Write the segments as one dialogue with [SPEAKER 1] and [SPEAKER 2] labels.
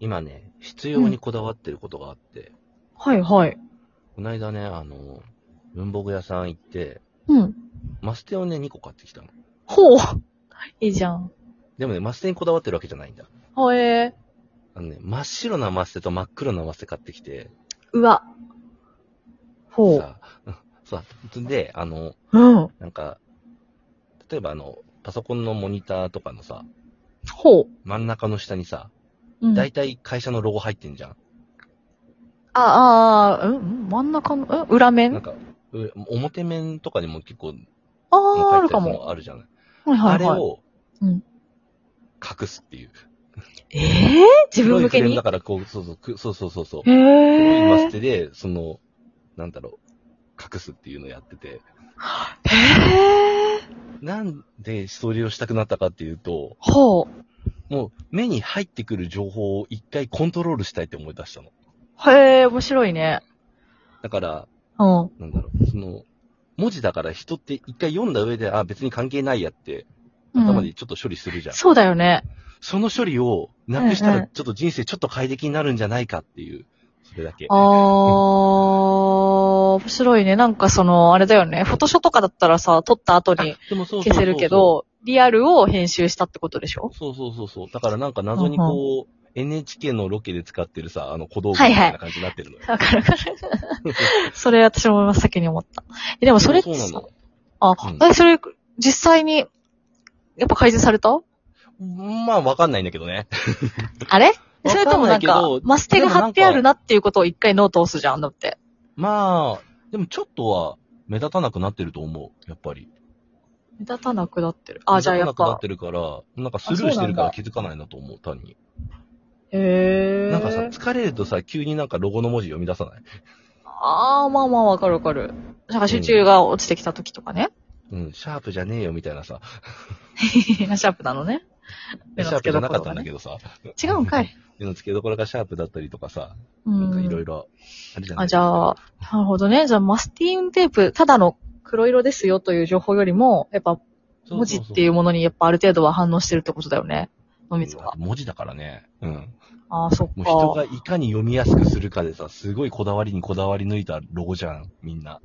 [SPEAKER 1] 今ね、必要にこだわってることがあって、
[SPEAKER 2] はいはい。
[SPEAKER 1] こないだね、あの、文房具屋さん行って、
[SPEAKER 2] うん。
[SPEAKER 1] マステをね、2個買ってきたの。
[SPEAKER 2] ほう。 いいじゃん。
[SPEAKER 1] でもね、マステにこだわってるわけじゃないんだ。
[SPEAKER 2] はえ
[SPEAKER 1] あのね、真っ白なマステと真っ黒なマステ買ってきて、
[SPEAKER 2] ー。うわ。ほう。
[SPEAKER 1] さ、 さ、で、あの、
[SPEAKER 2] うん。
[SPEAKER 1] なんか、例えばあの、パソコンのモニターとかのさ、
[SPEAKER 2] ほ
[SPEAKER 1] 真ん中の下にさ、
[SPEAKER 2] う。うん、
[SPEAKER 1] だ
[SPEAKER 2] あ
[SPEAKER 1] いたい会社のロゴ入ってんじゃん。
[SPEAKER 2] あー、うんうん真ん中の、うん
[SPEAKER 1] な
[SPEAKER 2] 裏
[SPEAKER 1] ん
[SPEAKER 2] 面
[SPEAKER 1] か、う表面とかにも結構、
[SPEAKER 2] あ
[SPEAKER 1] 書い
[SPEAKER 2] あ、
[SPEAKER 1] て
[SPEAKER 2] あるか
[SPEAKER 1] やつ
[SPEAKER 2] も。
[SPEAKER 1] あるじゃない。
[SPEAKER 2] はいは
[SPEAKER 1] あ
[SPEAKER 2] い
[SPEAKER 1] れ
[SPEAKER 2] はい。
[SPEAKER 1] を、
[SPEAKER 2] うん
[SPEAKER 1] 隠すっていう。
[SPEAKER 2] ええー、自分
[SPEAKER 1] 黒い
[SPEAKER 2] 向け
[SPEAKER 1] フレーム
[SPEAKER 2] に
[SPEAKER 1] だから、こう、そうそうく、そうそうそうそう。
[SPEAKER 2] え
[SPEAKER 1] 黒いマ
[SPEAKER 2] え
[SPEAKER 1] ス
[SPEAKER 2] ー。
[SPEAKER 1] テで、その、なんだろう、隠すっていうのをやってて。
[SPEAKER 2] えー。
[SPEAKER 1] なんで、それをしたくなったかっていうと、
[SPEAKER 2] ほう。
[SPEAKER 1] もう、目に入ってくる情報を一回コントロールしたいって思い出したの。
[SPEAKER 2] へえー、面白いね。
[SPEAKER 1] だから、
[SPEAKER 2] うん。
[SPEAKER 1] なんだろう、その、文字だから人って一回読んだ上で、あ、別に関係ないやって、頭
[SPEAKER 2] うん
[SPEAKER 1] でちょっと処理するじゃん。
[SPEAKER 2] そうだよね。
[SPEAKER 1] その処理をなくした
[SPEAKER 2] うんう
[SPEAKER 1] ら、ちょっと人生ちょっと快適になるんじゃないかっていう、それだけ。
[SPEAKER 2] あー、面白いね。なんかその、あれだよね。フォトショーとかだったらさ、撮った後に
[SPEAKER 1] でもそうそうそうそう
[SPEAKER 2] 消せるけ、ど、リアルを編集したってことでし ょ
[SPEAKER 1] そうそうそうそう。だからなんか謎にこう、NHK のロケで使ってるさ、あの小道具み
[SPEAKER 2] はいはい
[SPEAKER 1] たいな感じになってるのよ。
[SPEAKER 2] わかるわかる。それ私も真っ先に思った。え、でもそれっ
[SPEAKER 1] そ
[SPEAKER 2] て
[SPEAKER 1] うな
[SPEAKER 2] さ
[SPEAKER 1] の、。
[SPEAKER 2] あ
[SPEAKER 1] う、ん
[SPEAKER 2] え、それ、実際に、やっぱ改善された
[SPEAKER 1] まあわかんないんだけどね。
[SPEAKER 2] あれ
[SPEAKER 1] わ
[SPEAKER 2] そ
[SPEAKER 1] かんない
[SPEAKER 2] れともなんか
[SPEAKER 1] けど、
[SPEAKER 2] マステが貼ってあるなっていうことを一回ノート押すじゃん、だって。
[SPEAKER 1] まあ、でもちょっとは目立たなくなってると思う。やっぱり。
[SPEAKER 2] 目立たなくなってる。あ、じゃあやっ
[SPEAKER 1] 目立たなくなっ
[SPEAKER 2] ぱ。
[SPEAKER 1] てるから、なんかスルーしてるから
[SPEAKER 2] あ
[SPEAKER 1] 気づかないなと思う、単に。
[SPEAKER 2] へー。
[SPEAKER 1] なんかさ、疲れるとさ、急になんかロゴの文字読み出さない
[SPEAKER 2] あー、まあまあわかるわかる。なんか集中が落ちてきた時とかね。
[SPEAKER 1] うん、シャープじゃねえよみたいなさ。
[SPEAKER 2] シャープなのね。
[SPEAKER 1] シャープじゃなかったんだけどさ。
[SPEAKER 2] 違うんかい。
[SPEAKER 1] 目の付けどころがシャープだったりとかさ、
[SPEAKER 2] う
[SPEAKER 1] なんかいろ
[SPEAKER 2] ん
[SPEAKER 1] い。ろあるじゃない
[SPEAKER 2] あ、じゃあ、なるほどね。じゃあ、マスティンテープ、ただの黒色ですよという情報よりも、やっぱ
[SPEAKER 1] そう
[SPEAKER 2] 文
[SPEAKER 1] そうそ
[SPEAKER 2] 字
[SPEAKER 1] う
[SPEAKER 2] っていうものにやっぱある程度は反応してるってことだよね。脳みそ
[SPEAKER 1] だっ
[SPEAKER 2] が
[SPEAKER 1] て。文字だからね。うん。
[SPEAKER 2] ああ、そっ
[SPEAKER 1] もう人
[SPEAKER 2] か。
[SPEAKER 1] がいかに読みやすくするかでさ、すごいこだわりにこだわり抜いたロゴじゃん、みんな。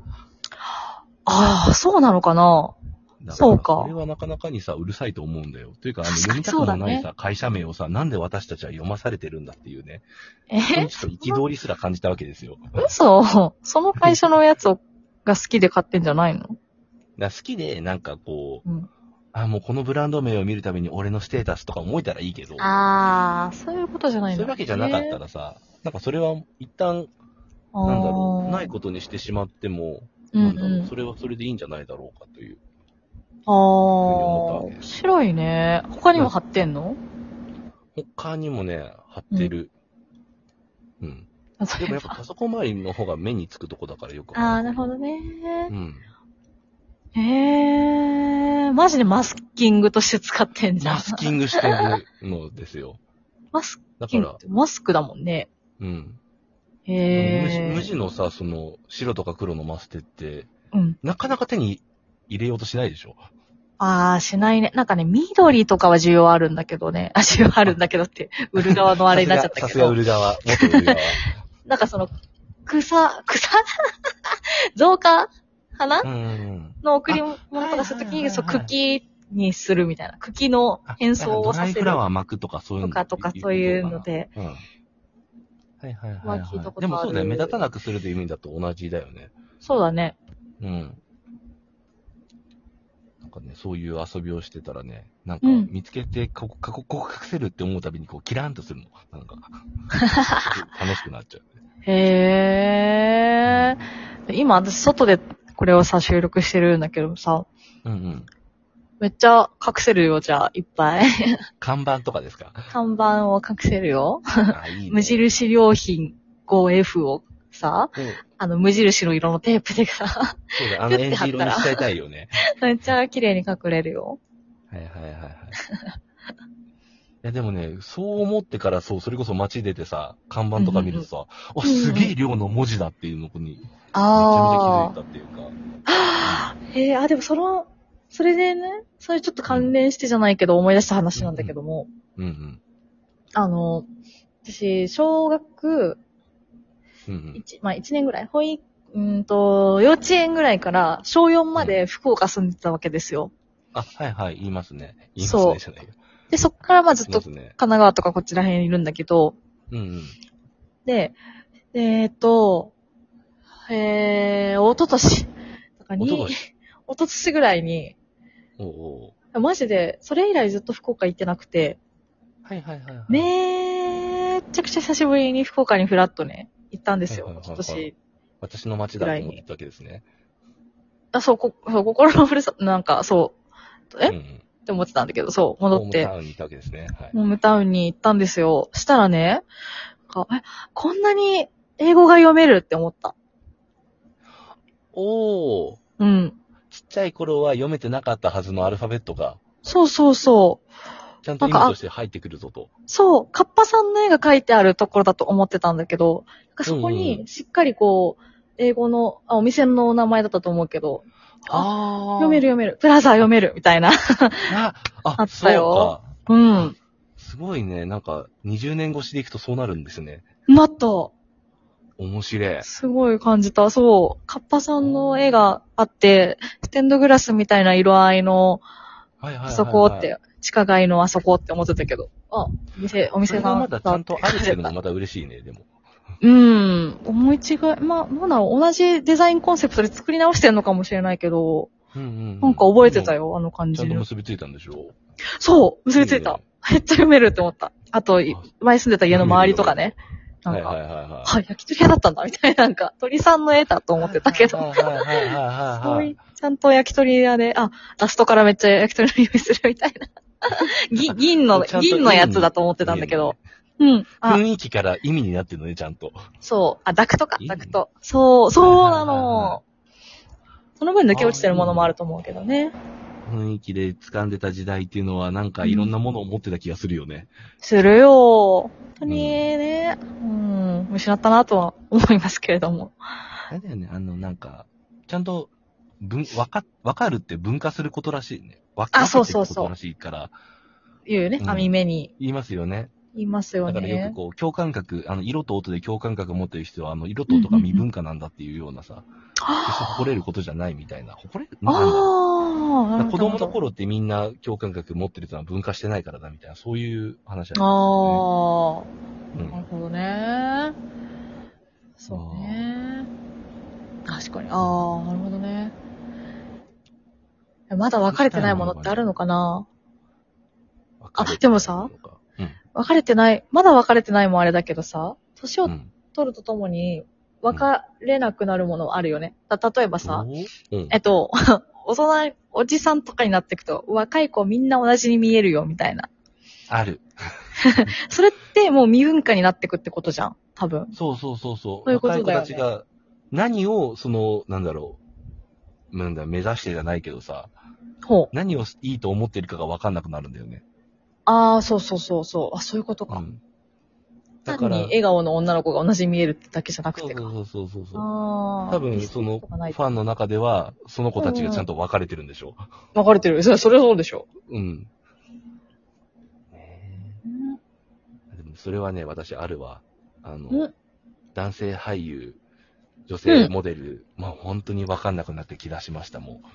[SPEAKER 2] ああ、そうなのかな。
[SPEAKER 1] だら
[SPEAKER 2] そうか
[SPEAKER 1] これはなかなかにさ、うるさいと思うんだよ。というか、あの、
[SPEAKER 2] 確か
[SPEAKER 1] 読
[SPEAKER 2] に
[SPEAKER 1] みたくもない
[SPEAKER 2] そう
[SPEAKER 1] さ、会社名をさ、なんで私たちは読まされてるんだっていうね。
[SPEAKER 2] え
[SPEAKER 1] ちょっと憤りすら感じたわけですよ。だか
[SPEAKER 2] 嘘その会社のやつをが好きで買ってんじゃないの
[SPEAKER 1] ら好きで、なんかこう、
[SPEAKER 2] うん
[SPEAKER 1] あ、もうこのブランド名を見るために俺のステータスとか思えたらいいけど、
[SPEAKER 2] ああ、そういうことじ
[SPEAKER 1] そ
[SPEAKER 2] ゃ
[SPEAKER 1] う
[SPEAKER 2] ないの
[SPEAKER 1] いうわけじゃなかった
[SPEAKER 2] ね
[SPEAKER 1] らさ、なんかそれは一旦、
[SPEAKER 2] あー
[SPEAKER 1] なんだろう、ないことにしてしまっても、
[SPEAKER 2] うん
[SPEAKER 1] なんだろ
[SPEAKER 2] う
[SPEAKER 1] う、
[SPEAKER 2] ん
[SPEAKER 1] それはそれでいいんじゃないだろうかという。
[SPEAKER 2] ああ、
[SPEAKER 1] 思ったわ
[SPEAKER 2] 面白いね。他にも貼ってんの、
[SPEAKER 1] 他にもね、貼ってる。うん。
[SPEAKER 2] あそ
[SPEAKER 1] で
[SPEAKER 2] れ
[SPEAKER 1] もやっぱパソコン周りの方が目につくとこだからよく。
[SPEAKER 2] ああ、なるほどね。
[SPEAKER 1] うん。
[SPEAKER 2] ええー、マジでマスキングとして使ってんじゃん。
[SPEAKER 1] マスキングしてるのですよ。
[SPEAKER 2] マス
[SPEAKER 1] だか
[SPEAKER 2] キング
[SPEAKER 1] ら
[SPEAKER 2] っ、てマスクだもんね。
[SPEAKER 1] うん。無地
[SPEAKER 2] ええー。
[SPEAKER 1] 無地のさ、その、白とか黒のマステって、
[SPEAKER 2] うん。
[SPEAKER 1] なかなか手に入れようとしないでしょ
[SPEAKER 2] ああ、しないね。なんかね、緑とかは需要あるんだけどね。あ、需要あるんだけど って、売る側のあれになっちゃった
[SPEAKER 1] さ
[SPEAKER 2] け
[SPEAKER 1] すが
[SPEAKER 2] ど
[SPEAKER 1] 売。る側。元売る側。
[SPEAKER 2] なんかその、草、草 造花花
[SPEAKER 1] うん。
[SPEAKER 2] の贈り物とかするとき
[SPEAKER 1] はいはいはいは
[SPEAKER 2] に、
[SPEAKER 1] い
[SPEAKER 2] そう、茎にするみたいな。茎の変装をさ
[SPEAKER 1] あなんかドライ
[SPEAKER 2] せ
[SPEAKER 1] フ
[SPEAKER 2] る
[SPEAKER 1] ラワー巻くとかそういう
[SPEAKER 2] と
[SPEAKER 1] の
[SPEAKER 2] かとかそういうの。で。
[SPEAKER 1] うん。はいはいはい、
[SPEAKER 2] は聞いた
[SPEAKER 1] はい。
[SPEAKER 2] ことある
[SPEAKER 1] でもそうだよ。目立たなくするという意味だと同じだよね。
[SPEAKER 2] そうだね。
[SPEAKER 1] うん。なんかね、そういう遊びをしてたらね、なんか
[SPEAKER 2] うん
[SPEAKER 1] 見つけてここ、ここ、ここ隠せるって思うたびに、こう、キラーンとするの。なん か、楽しくなっちゃう。
[SPEAKER 2] へえ。今私外でこれをさ、収録してるんだけどさ、
[SPEAKER 1] うんうん。
[SPEAKER 2] めっちゃ隠せるよ、じゃあ、いっぱい。
[SPEAKER 1] 看板とかですか
[SPEAKER 2] 看板を隠せるよ。
[SPEAKER 1] あ、いいね。
[SPEAKER 2] 無印良品 5F をさ、
[SPEAKER 1] うん
[SPEAKER 2] あの、無印の色のテープでさ、
[SPEAKER 1] そうだ、あの
[SPEAKER 2] ピ
[SPEAKER 1] エ
[SPEAKER 2] ュッ
[SPEAKER 1] ン
[SPEAKER 2] て貼
[SPEAKER 1] ジ
[SPEAKER 2] っ
[SPEAKER 1] 色
[SPEAKER 2] た
[SPEAKER 1] に
[SPEAKER 2] ら
[SPEAKER 1] しちゃいたいよね。
[SPEAKER 2] めっちゃ綺麗に隠れるよ。
[SPEAKER 1] はいはいは いはい。いやでもね、そう思ってからそう、それこそ街出てさ、看板とか見るとさ、あ、
[SPEAKER 2] うんうん
[SPEAKER 1] すげえ量の文字だっていうのに、めちゃめちゃ気づい
[SPEAKER 2] あ
[SPEAKER 1] たっていうか。
[SPEAKER 2] あ。へえ、あ、でもその、それでね、それちょっと関連してじゃないけど、思い出した話なんだけども、
[SPEAKER 1] うんうん。
[SPEAKER 2] あの、私、小学、
[SPEAKER 1] うんうん。
[SPEAKER 2] 一まあ一年ぐらい、保育、うんと、幼稚園ぐらいから小4まで福岡住んでたわけですよ。
[SPEAKER 1] あ、はいはい、言いますね。言います
[SPEAKER 2] そう
[SPEAKER 1] ね、じゃないよ。
[SPEAKER 2] で、そっからまあずっ
[SPEAKER 1] 言いま
[SPEAKER 2] と
[SPEAKER 1] す
[SPEAKER 2] 神
[SPEAKER 1] ね。
[SPEAKER 2] 奈川とかこっちら辺にいるんだけど、
[SPEAKER 1] うんうん。
[SPEAKER 2] で、でえっ、と、えー、おととし、だから
[SPEAKER 1] お
[SPEAKER 2] に
[SPEAKER 1] ととし
[SPEAKER 2] おととしぐらいに、
[SPEAKER 1] おお
[SPEAKER 2] マジで、それ以来ずっと福岡行ってなくて、
[SPEAKER 1] ー。はいはいはい、はい。
[SPEAKER 2] めーっちゃくちゃ久しぶりに福岡にフラッとね、行ったんですよ、
[SPEAKER 1] はいはいはい
[SPEAKER 2] 今
[SPEAKER 1] はい
[SPEAKER 2] 年。
[SPEAKER 1] 私の町だと思ってたわけですね。
[SPEAKER 2] あ、そう、こ、そう、心のふるさと、なんか、そう、え、
[SPEAKER 1] う
[SPEAKER 2] っ
[SPEAKER 1] ん
[SPEAKER 2] て思ってたんだけど、そう、
[SPEAKER 1] うん、
[SPEAKER 2] 戻っ
[SPEAKER 1] ホー
[SPEAKER 2] て
[SPEAKER 1] ム、タウンにいたわけですね。はい。
[SPEAKER 2] ホームタウンに行ったんですよ。したらね、なんかえ、こんなに英語が読めるって思った。
[SPEAKER 1] おお。
[SPEAKER 2] うん。
[SPEAKER 1] ちっちゃい頃は読めてなかったはずのアルファベットが、
[SPEAKER 2] そうそうそう。
[SPEAKER 1] ちゃんと意味として入ってくるぞと。
[SPEAKER 2] そう、カッパさんの絵が描いてあるところだと思ってたんだけど、なんかそこ
[SPEAKER 1] うんう
[SPEAKER 2] にしっかりこう、英語の、あ、お店のお名前だったと思うけど、
[SPEAKER 1] ああ。
[SPEAKER 2] 読める。読める、プラザ読める、みたいな。
[SPEAKER 1] あ、
[SPEAKER 2] あ
[SPEAKER 1] あ、
[SPEAKER 2] っ
[SPEAKER 1] そ
[SPEAKER 2] た
[SPEAKER 1] う
[SPEAKER 2] よ
[SPEAKER 1] か。
[SPEAKER 2] うん。
[SPEAKER 1] すごいね。なんか、20年越しでいくとそうなるんですね。
[SPEAKER 2] なった。
[SPEAKER 1] 面白い。
[SPEAKER 2] すごい感じた。そう。カッパさんの絵があって、ステンドグラスみたいな色合いの、
[SPEAKER 1] はいはいはい、はい。
[SPEAKER 2] あそこって、。地下街のあそこって思ってたけど。あ、お店、お
[SPEAKER 1] お
[SPEAKER 2] 店
[SPEAKER 1] 店
[SPEAKER 2] が
[SPEAKER 1] が
[SPEAKER 2] あ
[SPEAKER 1] ま
[SPEAKER 2] っ
[SPEAKER 1] だち
[SPEAKER 2] た
[SPEAKER 1] ゃ
[SPEAKER 2] っ
[SPEAKER 1] ん
[SPEAKER 2] て
[SPEAKER 1] とあるっていうのもまた嬉しいね、でも。
[SPEAKER 2] うん。思い違い、まあ、なんだろう、同じデザインコンセプトで作り直してるのかもしれないけど、
[SPEAKER 1] うんうんうん。
[SPEAKER 2] なんか覚えてたよ、あの感
[SPEAKER 1] でも。ちゃん
[SPEAKER 2] じ
[SPEAKER 1] と
[SPEAKER 2] の。
[SPEAKER 1] 結びついたんでしょ
[SPEAKER 2] そう結びついた。
[SPEAKER 1] ね
[SPEAKER 2] めっちゃ読めるって思った。あと、い前住んでた家の周りとかね。なん
[SPEAKER 1] はい
[SPEAKER 2] か、
[SPEAKER 1] はいはいはい。
[SPEAKER 2] あ、焼き鳥屋だったんだ、みたいな、なんか、鳥さんの絵だと思ってたけど。
[SPEAKER 1] はいはいはいはい
[SPEAKER 2] そう
[SPEAKER 1] はいい。
[SPEAKER 2] うちゃんと焼き鳥屋で、あ、ラストからめっちゃ焼き鳥の匂いするみたいな。銀、銀の、
[SPEAKER 1] ちゃんと
[SPEAKER 2] 銀のやつだと思ってたんだけど。うん。あ、
[SPEAKER 1] 雰囲気から意味になってるのね、ちゃんと。
[SPEAKER 2] そう。あ、ダクトか、
[SPEAKER 1] いいね
[SPEAKER 2] ダクト。そう、そうな
[SPEAKER 1] はいはいはいは
[SPEAKER 2] の。その分抜け落ちてるものもあると思うけどね。
[SPEAKER 1] 雰囲気で掴んでた時代っていうのは、なんかいろんなものを持ってた気がするよね。
[SPEAKER 2] するよ。本当にね、うん、失ったなとは思いますけれども。
[SPEAKER 1] あれだよね、あの、なんか、ちゃんと、分、わか、わかるって分化することらしいね。わか
[SPEAKER 2] あ
[SPEAKER 1] る
[SPEAKER 2] そうそうそ
[SPEAKER 1] こ
[SPEAKER 2] う
[SPEAKER 1] とらしいから、
[SPEAKER 2] 言うよね
[SPEAKER 1] う。ん
[SPEAKER 2] 網目に
[SPEAKER 1] 言いますよね。
[SPEAKER 2] 言いますよ
[SPEAKER 1] だからよ
[SPEAKER 2] ね
[SPEAKER 1] く。こう、共感覚、あの、色と音で共感覚を持ってる人は、あの、色と音が未分化なんだっていうようなさ、決して誇れることじゃないみたいな。誇れるなんだろう
[SPEAKER 2] ああ、な
[SPEAKER 1] だから
[SPEAKER 2] るほ
[SPEAKER 1] 子
[SPEAKER 2] ど。
[SPEAKER 1] 供の頃ってみんな共感覚持ってる人は分化してないからだみたいな、そういう話だあ
[SPEAKER 2] ああ。
[SPEAKER 1] りますよね
[SPEAKER 2] なるほどね。そうね。確かに。ああ、なるほどね。まだ別れてないものってあるのかな
[SPEAKER 1] うんわかる
[SPEAKER 2] あでもさ
[SPEAKER 1] うん、
[SPEAKER 2] 別れてない、まだ別れてないもあれだけどさ、年
[SPEAKER 1] う
[SPEAKER 2] を
[SPEAKER 1] ん。
[SPEAKER 2] 取るとともに別れなくなるものあるよね。た例えば
[SPEAKER 1] ど
[SPEAKER 2] さ、
[SPEAKER 1] ううん
[SPEAKER 2] えっと、 お幼い、おじさんとかになっていくと、若い子みんな同じに見えるよ、みたいな。
[SPEAKER 1] ある。
[SPEAKER 2] それってもう未分化になってくってことじゃん。多分。
[SPEAKER 1] そうそうそうそう。
[SPEAKER 2] そういうことだよね
[SPEAKER 1] 若い子たちが、何を、その、なんだろう、なんだ、目指してじゃないけどさ、
[SPEAKER 2] ほう。
[SPEAKER 1] 何をいいと思ってるかが分かんなくなるんだよね。
[SPEAKER 2] ああ、そうそうそうそう。あ、そういうことか。
[SPEAKER 1] ん。だか
[SPEAKER 2] 単
[SPEAKER 1] ら、
[SPEAKER 2] に笑顔の女の子が同じに見えるってだけじゃなく
[SPEAKER 1] そう
[SPEAKER 2] てか。
[SPEAKER 1] そうそうそうそう。
[SPEAKER 2] ああ。
[SPEAKER 1] 多分、その、フ
[SPEAKER 2] がない
[SPEAKER 1] ァンの中では、その子たちがちゃんと分かれてるんでしょ
[SPEAKER 2] 分かれてる。それ、それはそうでしょ。
[SPEAKER 1] う。うん。ねえでも、それはね、私あるわ。あ
[SPEAKER 2] うん
[SPEAKER 1] の、男性俳優、女性モデル、まあ本当に分かんなくなって気がしました、もう。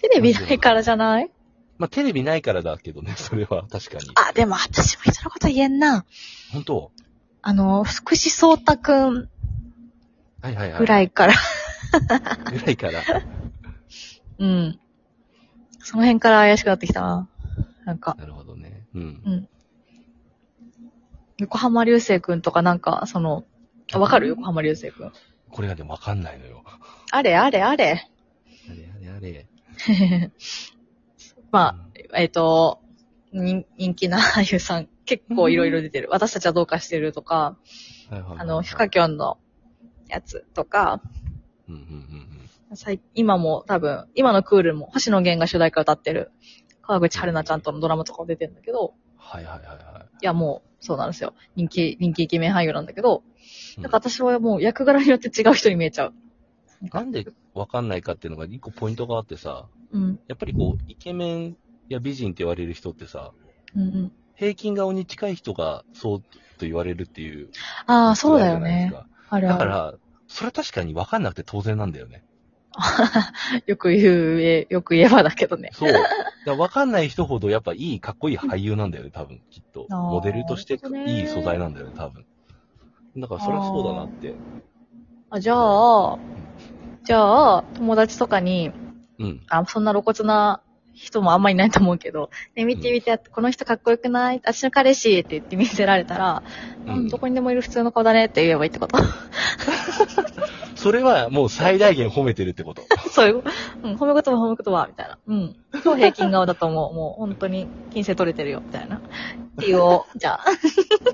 [SPEAKER 2] テレビないからじゃない
[SPEAKER 1] まあ、テレビないからだけどね、 それは確かに。
[SPEAKER 2] あ、でも私も人のこと言えんな。
[SPEAKER 1] 本当
[SPEAKER 2] あの、福士蒼太くん
[SPEAKER 1] はいはいはい。
[SPEAKER 2] ぐらいから。
[SPEAKER 1] い。ぐらいから。
[SPEAKER 2] うん。その辺から怪しくなってきたな。なんか、
[SPEAKER 1] なるほどね。うん。
[SPEAKER 2] 横浜流星くんとかなんか、その、あわかる
[SPEAKER 1] うん
[SPEAKER 2] 横浜流星くん。
[SPEAKER 1] これがね、わかんないのよ。
[SPEAKER 2] あれあれあれ。
[SPEAKER 1] あれあれあれ。
[SPEAKER 2] まあ、えっ、と、人人気な俳優さん、結構いろいろ出てる。私たちはどうかしてるとか、
[SPEAKER 1] あ、はいはいはい
[SPEAKER 2] あの、ヒカキョンのやつとか、
[SPEAKER 1] うんうんうん
[SPEAKER 2] 最今も多分、今のクールも星野源が主題歌歌ってる、川口春奈ちゃんとのドラマとかも出てるんだけど、
[SPEAKER 1] うん。はいはいはいはい
[SPEAKER 2] やもう、そうなんですよ。人気、人気イケメン俳優なんだけど、
[SPEAKER 1] い。
[SPEAKER 2] なんか私はもう役柄によって違う人に見えちゃ
[SPEAKER 1] う
[SPEAKER 2] う。
[SPEAKER 1] んなんでわかんないかっていうのが一個ポイントがあってさ、
[SPEAKER 2] うん、
[SPEAKER 1] やっぱりこう、イケメンや美人って言われる人ってさ、
[SPEAKER 2] うん、うん。
[SPEAKER 1] 平均顔に近い人がそうと言われるっていう。
[SPEAKER 2] ああ、そうだよ
[SPEAKER 1] じゃないで
[SPEAKER 2] ね
[SPEAKER 1] す。か。
[SPEAKER 2] ある
[SPEAKER 1] だ
[SPEAKER 2] あ
[SPEAKER 1] か
[SPEAKER 2] る。
[SPEAKER 1] ら、それは確かに分かんなくて当然なんだよ ね。
[SPEAKER 2] よく言う、えよく言えばだけどね。
[SPEAKER 1] そう。だから分かんない人ほどやっぱいい、かっこいい俳優なんだよね、多分、きっと。
[SPEAKER 2] あー
[SPEAKER 1] モデルとして
[SPEAKER 2] なるほどね
[SPEAKER 1] いい素材なんだよね、多分。だからそりゃそうだなって。
[SPEAKER 2] あじゃあ、じゃあ、友達とかに、
[SPEAKER 1] うん。
[SPEAKER 2] あ、そんな露骨な人もあんまりいないと思うけど、ね、見て見て、この人かっこよくない私の彼氏って言って見せられたら、
[SPEAKER 1] う
[SPEAKER 2] うんん、どこにでもいる普通の顔だねって言えばいいっ てこと。
[SPEAKER 1] それはもう最大限褒めてるってこと。
[SPEAKER 2] そういう、うん、褒め言葉褒め言葉、みたいな。うん。超平均顔だと思う。もう本当に、金星取れてるよ、みたいな。っていうお、じゃあ、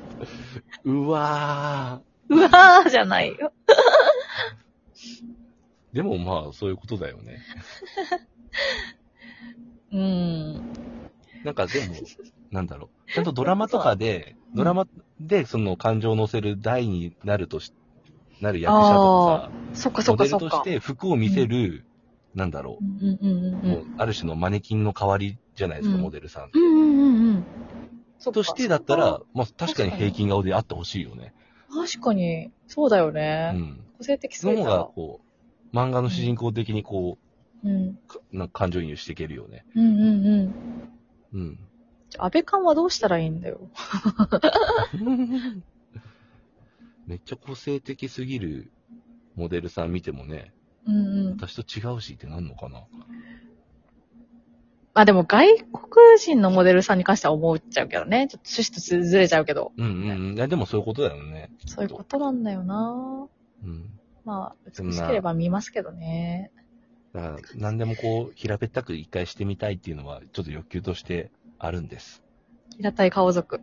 [SPEAKER 1] うわ
[SPEAKER 2] うわーじゃないよ。
[SPEAKER 1] ー。でもまあ、そういうことだよね。
[SPEAKER 2] うん。
[SPEAKER 1] なんかでも、なんだろう。ちゃんとドラマとかで、ドラマでその感情を乗せる台になるとし、なる役者と
[SPEAKER 2] そっ
[SPEAKER 1] か
[SPEAKER 2] か
[SPEAKER 1] さ、モ
[SPEAKER 2] そっか
[SPEAKER 1] デル
[SPEAKER 2] そ
[SPEAKER 1] とし
[SPEAKER 2] っか。
[SPEAKER 1] て服を見せる、なんだろ
[SPEAKER 2] うんうんうん
[SPEAKER 1] う。
[SPEAKER 2] う。
[SPEAKER 1] もうんある種のマネキンの代わりじゃないですか、
[SPEAKER 2] うん
[SPEAKER 1] モデルさん。
[SPEAKER 2] うんうんうんうん。そっか
[SPEAKER 1] としてだったら、、まあ確かに平均顔であってほしいよね。
[SPEAKER 2] 確かに、そうだよ
[SPEAKER 1] う
[SPEAKER 2] ね。
[SPEAKER 1] ん。
[SPEAKER 2] 個性的
[SPEAKER 1] そ
[SPEAKER 2] そう
[SPEAKER 1] の方が
[SPEAKER 2] だ。
[SPEAKER 1] こう、漫画の主人公的にこ
[SPEAKER 2] うん。
[SPEAKER 1] う、かなんか感情移入していけるよね。
[SPEAKER 2] うんうんうん。
[SPEAKER 1] うん。
[SPEAKER 2] 安倍官はどうしたらいいんだよ。
[SPEAKER 1] めっちゃ個性的すぎるモデルさん見てもね、
[SPEAKER 2] うんうん。
[SPEAKER 1] 私と違うしってなんのかな
[SPEAKER 2] まあでも外国人のモデルさんに関しては思っちゃうけどね。ちょっと趣旨とずれちゃうけど。
[SPEAKER 1] うんうんうん。いや、でもそういうことだよね。
[SPEAKER 2] そういうことなんだよな
[SPEAKER 1] うん。
[SPEAKER 2] まあ、美しければ見ますけどね。
[SPEAKER 1] だから、何でもこう、平べったく一回してみたいっていうのは、ちょっと欲求としてあるんです。
[SPEAKER 2] 平たい顔族。